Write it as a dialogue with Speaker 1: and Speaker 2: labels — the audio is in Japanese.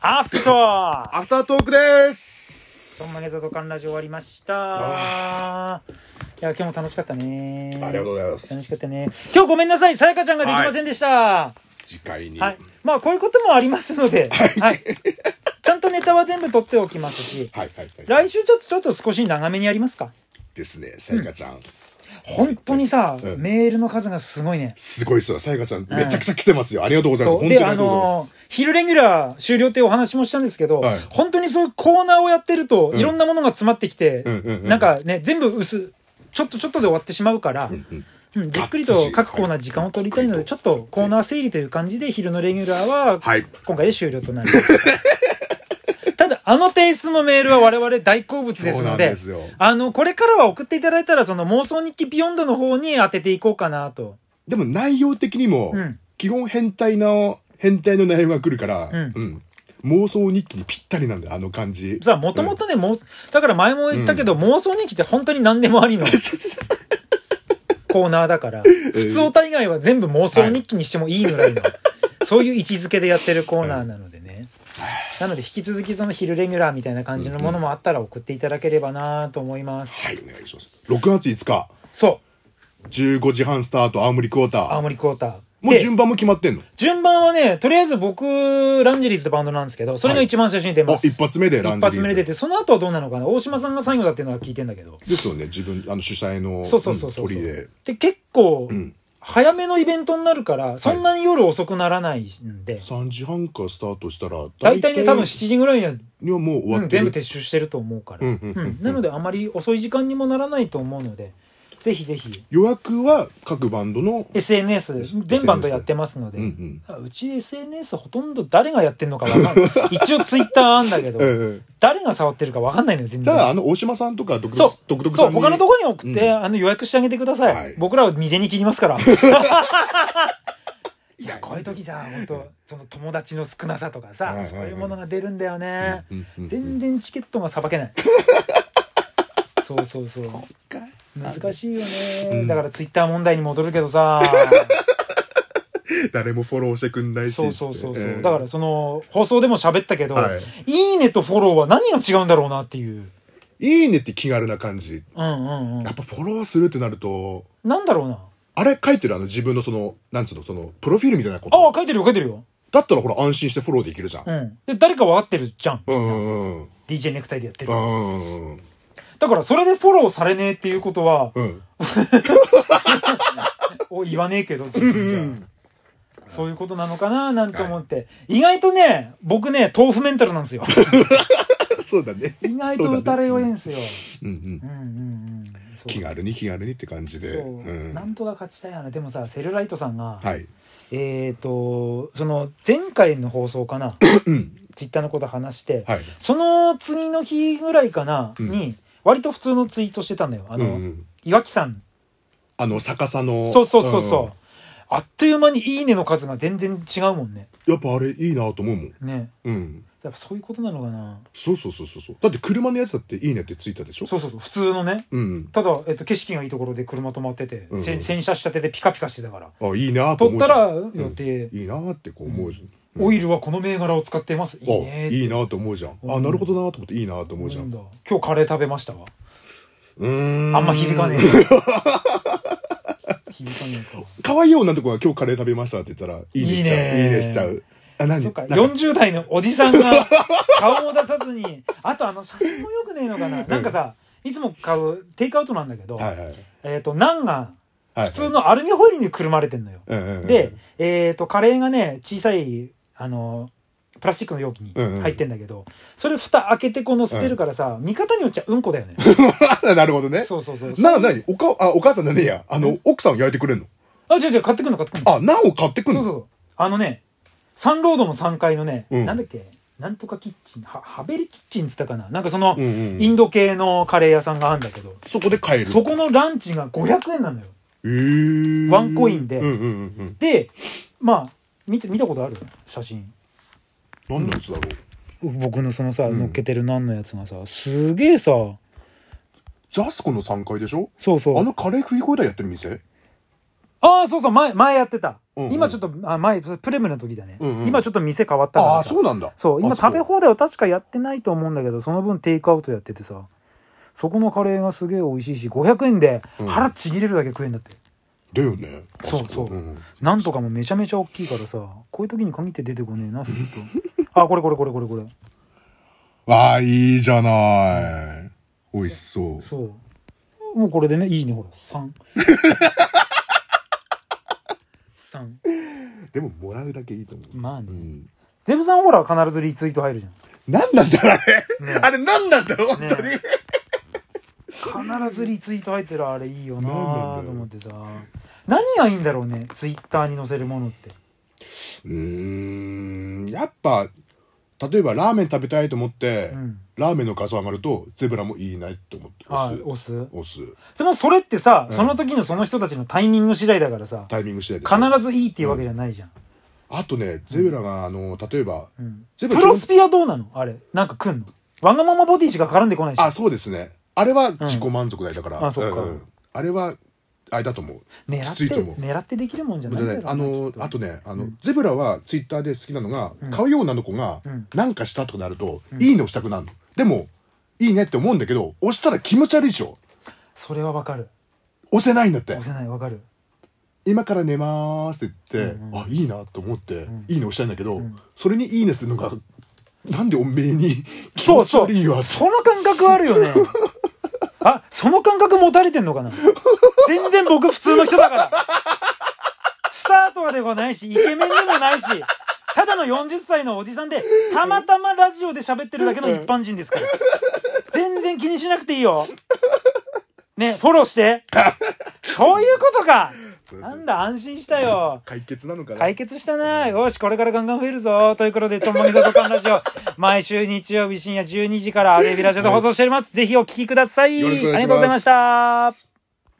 Speaker 1: アフター
Speaker 2: アフタートークです
Speaker 1: どんまげ座土管ラジオ終わりましたいや今日も楽しかったね
Speaker 2: ありがとうございます
Speaker 1: 楽しかったね今日ごめんなさいさやかちゃんができませんでしたは
Speaker 2: 次回に
Speaker 1: い、まあこういうこともありますので、はい、ちゃんとネタは全部取っておきますし
Speaker 2: はいはいはい
Speaker 1: 来週ちょっとちょっと少し長めにやりますか
Speaker 2: ですねさやかちゃん、
Speaker 1: 本当にさ、
Speaker 2: うん
Speaker 1: メールの数がすごいね
Speaker 2: すごいっすよさやかちゃんめちゃくちゃ来てますよ、ありがとうございます
Speaker 1: そう
Speaker 2: 本当
Speaker 1: で
Speaker 2: にあ
Speaker 1: あ
Speaker 2: りがとうございま
Speaker 1: の
Speaker 2: す
Speaker 1: 昼レギュラー終了ってお話もしたんですけど、
Speaker 2: はい
Speaker 1: 本当にそういうコーナーをやってると、
Speaker 2: ん
Speaker 1: いろんなものが詰まってきて、
Speaker 2: うんうんうん
Speaker 1: なんかね全部薄ちょっとちょっとで終わってしまうから、
Speaker 2: うん
Speaker 1: うんじっくりと各コーナー時間を取りたいので、
Speaker 2: はい
Speaker 1: ちょっとコーナー整理という感じで昼のレギュラーは
Speaker 2: はい
Speaker 1: 今回で終了となりました。 ただ、あのテイストのメールは我々大好物です
Speaker 2: そうな
Speaker 1: の
Speaker 2: ん
Speaker 1: で、
Speaker 2: ですよ
Speaker 1: あの、これからは送っていただいたら、その妄想日記ビヨンドの方に当てていこうかなと。
Speaker 2: でも内容的にも、
Speaker 1: うん
Speaker 2: 基本変態の変態の内容が来るから、
Speaker 1: うん
Speaker 2: うん妄想日記にぴったりなんだよあの感じ
Speaker 1: さあ、もともとね、妄だから前も言ったけど、妄想日記って本当に何でも ありのコーナーだから、普通歌以外は全部妄想日記にしてもいいぐらいの、そういう位置づけでやってるコーナーなのでね。なので、引き続きその昼レギュラーみたいな感じのものもあったら送っていただければなと思います。
Speaker 2: はいお願いします6月5日
Speaker 1: そ
Speaker 2: 15時半スタート青森クォータ
Speaker 1: う、青
Speaker 2: ー
Speaker 1: 森クォーター。
Speaker 2: もう
Speaker 1: で
Speaker 2: 順番も決まってんの
Speaker 1: 順番はね、とりあえず僕、ランジェリーズってバンドなんですけど、それが一番最初に出ます。
Speaker 2: はいあ一発目でランジェリーズ
Speaker 1: 一発目で出て、その後はどうなのかな大島さんが最後だっていうのは聞いてんだけど。
Speaker 2: ですよね自分あの主催の
Speaker 1: そうそうそうそう。
Speaker 2: うん鳥で
Speaker 1: で、結構、
Speaker 2: ん
Speaker 1: 早めのイベントになるから、そんなに夜遅くならないんで、
Speaker 2: 3時半からスタートしたら
Speaker 1: 大体ね、多分7時ぐらいには、
Speaker 2: にはもう終わ
Speaker 1: うん
Speaker 2: って
Speaker 1: 全
Speaker 2: る、
Speaker 1: 部撤収してると思うから。
Speaker 2: うんうんうんうん
Speaker 1: なので、あまり遅い時間にもならないと思うので、ぜひぜひ、
Speaker 2: 予約は各バンドの
Speaker 1: SNS、全バンドやってますので、
Speaker 2: うんうん
Speaker 1: あうち SNS ほとんど誰がやってんのかわかんない。一応ツイッターあんだけ ど、
Speaker 2: ええ
Speaker 1: 誰が触ってるかわかんないのよ、全
Speaker 2: じ
Speaker 1: 然。
Speaker 2: ゃああの大島さんとか独
Speaker 1: そう
Speaker 2: 特独特
Speaker 1: そ
Speaker 2: さ
Speaker 1: うん
Speaker 2: に
Speaker 1: 他のとこに送って、
Speaker 2: う
Speaker 1: あの予約してあげてください、
Speaker 2: はい
Speaker 1: 僕らは未然に切ります からいやこういう時さ本当その友達の少なさとかさ、
Speaker 2: はいはいはい
Speaker 1: そういうものが出るんだよね、
Speaker 2: うんうんうんうん
Speaker 1: 全然チケットがさばけない そうそうそう難しいよね、だからツイッター問題に戻るけどさ
Speaker 2: 誰もフォローしてくんないし
Speaker 1: そうそうそうそう、
Speaker 2: ええ
Speaker 1: だからその放送でも喋ったけど、
Speaker 2: はい
Speaker 1: い、いねとフォローは何が違うんだろうなっていう
Speaker 2: いいねって気軽な感じ
Speaker 1: うんうんうん
Speaker 2: やっぱフォローするってなると
Speaker 1: なんだろうな
Speaker 2: あれ書いてるあの自分のそのなんつうのそのプロフィールみたいなこ
Speaker 1: ああ
Speaker 2: と
Speaker 1: 書いてるよ書いてるよ
Speaker 2: だったらほら安心してフォローできるじゃん、
Speaker 1: うん。で、誰か分かってるじゃん。
Speaker 2: うんうんうん
Speaker 1: DJ ネクタイでやって
Speaker 2: う
Speaker 1: る。
Speaker 2: んうんうん
Speaker 1: だから、それでフォローされねえっていうことは、
Speaker 2: うん
Speaker 1: お言わねえけど、自分じゃそういうことなのかななんて思って、意外とね、僕ね、豆腐メンタルなんです よ。
Speaker 2: そうだね
Speaker 1: 意外と打たれ
Speaker 2: よ
Speaker 1: 弱いんですよ。
Speaker 2: うんうん
Speaker 1: うんうんうん。そう
Speaker 2: 気軽に気軽にって感じで
Speaker 1: そう、
Speaker 2: うん
Speaker 1: なんとか勝ちたいよね。でもさ、セルライトさんが、
Speaker 2: はい
Speaker 1: えっ、と、その、前回の放送かな、ツイッターのこと話して、
Speaker 2: はい
Speaker 1: その次の日ぐらいかな、
Speaker 2: うん
Speaker 1: に、割と普通のツイートしてたんだよ。あ
Speaker 2: あ
Speaker 1: の、岩木さん
Speaker 2: あの逆さの
Speaker 1: そうそうそうそう、あっという間に「いいね」の数が全然違うもんね
Speaker 2: うんやっぱあれいいなと思うもん
Speaker 1: ね
Speaker 2: うん
Speaker 1: やっぱそういうことなのかな
Speaker 2: そうそうそうそうそうだって車のやつだっていいねってついたでしょ
Speaker 1: そうそうそう普通のね
Speaker 2: うん
Speaker 1: ただ、えっと、景色がいいところで車止まってて、
Speaker 2: うんうん
Speaker 1: せ洗車したてでピカピカしてたから
Speaker 2: あいいなと
Speaker 1: 取っ
Speaker 2: 思う
Speaker 1: た
Speaker 2: じゃ
Speaker 1: ら
Speaker 2: ん
Speaker 1: 予定、
Speaker 2: いいなってこう思うじゃん
Speaker 1: オイルはこの銘柄を使っていますいい
Speaker 2: あ
Speaker 1: ね
Speaker 2: いいなと思うじゃん
Speaker 1: う
Speaker 2: あ
Speaker 1: ん
Speaker 2: なるほどなと思っていいなと思うじゃ
Speaker 1: なん
Speaker 2: ん
Speaker 1: だ今日カレー食べましたわ
Speaker 2: うーん
Speaker 1: あんま響か ねえ響かねえか
Speaker 2: 可愛い女の子が今日カレー食べましたって言ったらいいねしちゃ
Speaker 1: いいうね
Speaker 2: いいねしちゃうあ何
Speaker 1: そうか、
Speaker 2: なんか
Speaker 1: 40代のおじさんが 顔を出さずに、あとあの写真もよくねえのかな。なんかさ、いつも買う、テイクアウトなんだけど、
Speaker 2: はいはい
Speaker 1: えっ、と、ナンが
Speaker 2: はい
Speaker 1: 普通のアルミホイルにくるまれてんのよ。
Speaker 2: うんうんうん
Speaker 1: で、えっ、と、カレーがね、小さい、あの、プラスチックの容器に
Speaker 2: うんうん
Speaker 1: 入ってんだけど、それ蓋開けてこの捨てるからさ、見方によっちゃうんこだよ ね。
Speaker 2: なるほどね
Speaker 1: そうそうそう。
Speaker 2: ななにおかあお母さんじゃねえやあの奥さんを焼いてくれるの
Speaker 1: あ、違う違う、買ってくんの買ってくんの。
Speaker 2: あナンを買ってくる
Speaker 1: そう
Speaker 2: の
Speaker 1: そうそう。あのね、サンロードの3階のね、
Speaker 2: うん
Speaker 1: なんだっけ、なんとかキッチン、はハベリキッチンっつったかな。なんかその、
Speaker 2: うんうんうん
Speaker 1: インド系のカレー屋さんがあるんだけど、
Speaker 2: そこで買える
Speaker 1: そこのランチが500円なのよ。
Speaker 2: へー
Speaker 1: ワンコインで
Speaker 2: うんうんうん
Speaker 1: で、まあ、見て、見たことある写真。
Speaker 2: うん何のやつだろう
Speaker 1: 僕のそのさ、
Speaker 2: ん
Speaker 1: 乗っけてる何のやつがさ、すげえさ、
Speaker 2: ジャスコの3階でしょ
Speaker 1: そうそう。
Speaker 2: あ
Speaker 1: あ
Speaker 2: のカレー食い放題やってる店
Speaker 1: あー、そうそう、前、前やってた。
Speaker 2: うんうん
Speaker 1: 今ちょっとあ前プレムの時だね、
Speaker 2: うんうん
Speaker 1: 今ちょっと店変わったから
Speaker 2: ああ
Speaker 1: さ
Speaker 2: そうなんだ
Speaker 1: そう今
Speaker 2: あそ
Speaker 1: 食
Speaker 2: う
Speaker 1: べ放題は確かやってないと思うんだけどその分テイクアウトやっててさそこのカレーがすげえ美味しいし500円で
Speaker 2: うん
Speaker 1: 腹ちぎれるだけ食えんだって、
Speaker 2: だよね
Speaker 1: そうそう
Speaker 2: うん
Speaker 1: なんとかもめちゃめちゃ大きいからさこういう時に限って出てこねえなするとあこれこれこれこれこれ
Speaker 2: わあいいじゃない美味しそう
Speaker 1: そうもうこれでねいいねほら3 3
Speaker 2: でももらうだけいいと思う
Speaker 1: まあね、
Speaker 2: うん
Speaker 1: ゼブさんほら必ずリツイート入 るじゃん
Speaker 2: 何なんだろうあれ、
Speaker 1: ね
Speaker 2: あれ何なんだろう本当に、
Speaker 1: ね必ずリツイート入ってるあれいいよな
Speaker 2: なんなんだよ
Speaker 1: ーと思ってさ何がいいんだろうねツイッターに載せるものって
Speaker 2: うーんやっぱ例えばラーメン食べたいと思って、
Speaker 1: うん
Speaker 2: ラーメンの画像上がるとゼブラもいいなって思って
Speaker 1: あ
Speaker 2: 押す
Speaker 1: 押す
Speaker 2: 押す
Speaker 1: でもそれってさ、
Speaker 2: うん
Speaker 1: その時のその人たちのタイミング次第だからさ
Speaker 2: タイミング次第でしょ
Speaker 1: 必ずいいっていうわけじゃないじゃん、
Speaker 2: あとねゼブラがあの例えば
Speaker 1: うん
Speaker 2: ゼブ
Speaker 1: プ
Speaker 2: ラ
Speaker 1: ロスピはどうなのあれなんか来んのわがままボディしか絡んでこないし
Speaker 2: あそうですねあれは自己満足だよだから、
Speaker 1: あそっか
Speaker 2: んんあれはあれだと思う
Speaker 1: 狙
Speaker 2: き
Speaker 1: っ
Speaker 2: ついと思
Speaker 1: て
Speaker 2: う
Speaker 1: 狙ってできるもんじゃないんだ
Speaker 2: で
Speaker 1: ろう
Speaker 2: ね
Speaker 1: な
Speaker 2: あの
Speaker 1: きっ
Speaker 2: あとねあの、
Speaker 1: うん
Speaker 2: ゼブラはツイッターで好きなのが、
Speaker 1: うん
Speaker 2: 買うようなの子が
Speaker 1: うん
Speaker 2: なんかしたとなると、
Speaker 1: うん
Speaker 2: いいねをしたくなるのでもいいねって思うんだけど押したら気持ち悪いでしょ
Speaker 1: それはわかる
Speaker 2: 押せないんだって
Speaker 1: 押せないわかる
Speaker 2: 今から寝まーすって言って、
Speaker 1: うんうん
Speaker 2: あいいなと思って、
Speaker 1: ん
Speaker 2: いいね押したいんだけど、
Speaker 1: ん
Speaker 2: それにいいねするのがなんでおめえに気
Speaker 1: そ
Speaker 2: 持
Speaker 1: う
Speaker 2: ち
Speaker 1: そう
Speaker 2: 悪いわ
Speaker 1: その感覚ある よねあその感覚持たれてんのかな全然僕普通の人だからスタートではないしイケメンでもないしただの40歳のおじさんでたまたまラジオで喋ってるだけの一般人ですから全然気にしなくていいよねフォローして そういうことか
Speaker 2: そうそう
Speaker 1: なんだ安心したよ
Speaker 2: 解決なのかな
Speaker 1: 解決したなよし、これからガンガン増えるぞということで、ちょんまみさとかんラジオ、 毎週日曜日深夜12時からアレビラジオで放送しております。ぜひお聞きください。
Speaker 2: よろしくお願い
Speaker 1: あり
Speaker 2: します
Speaker 1: がとうございました。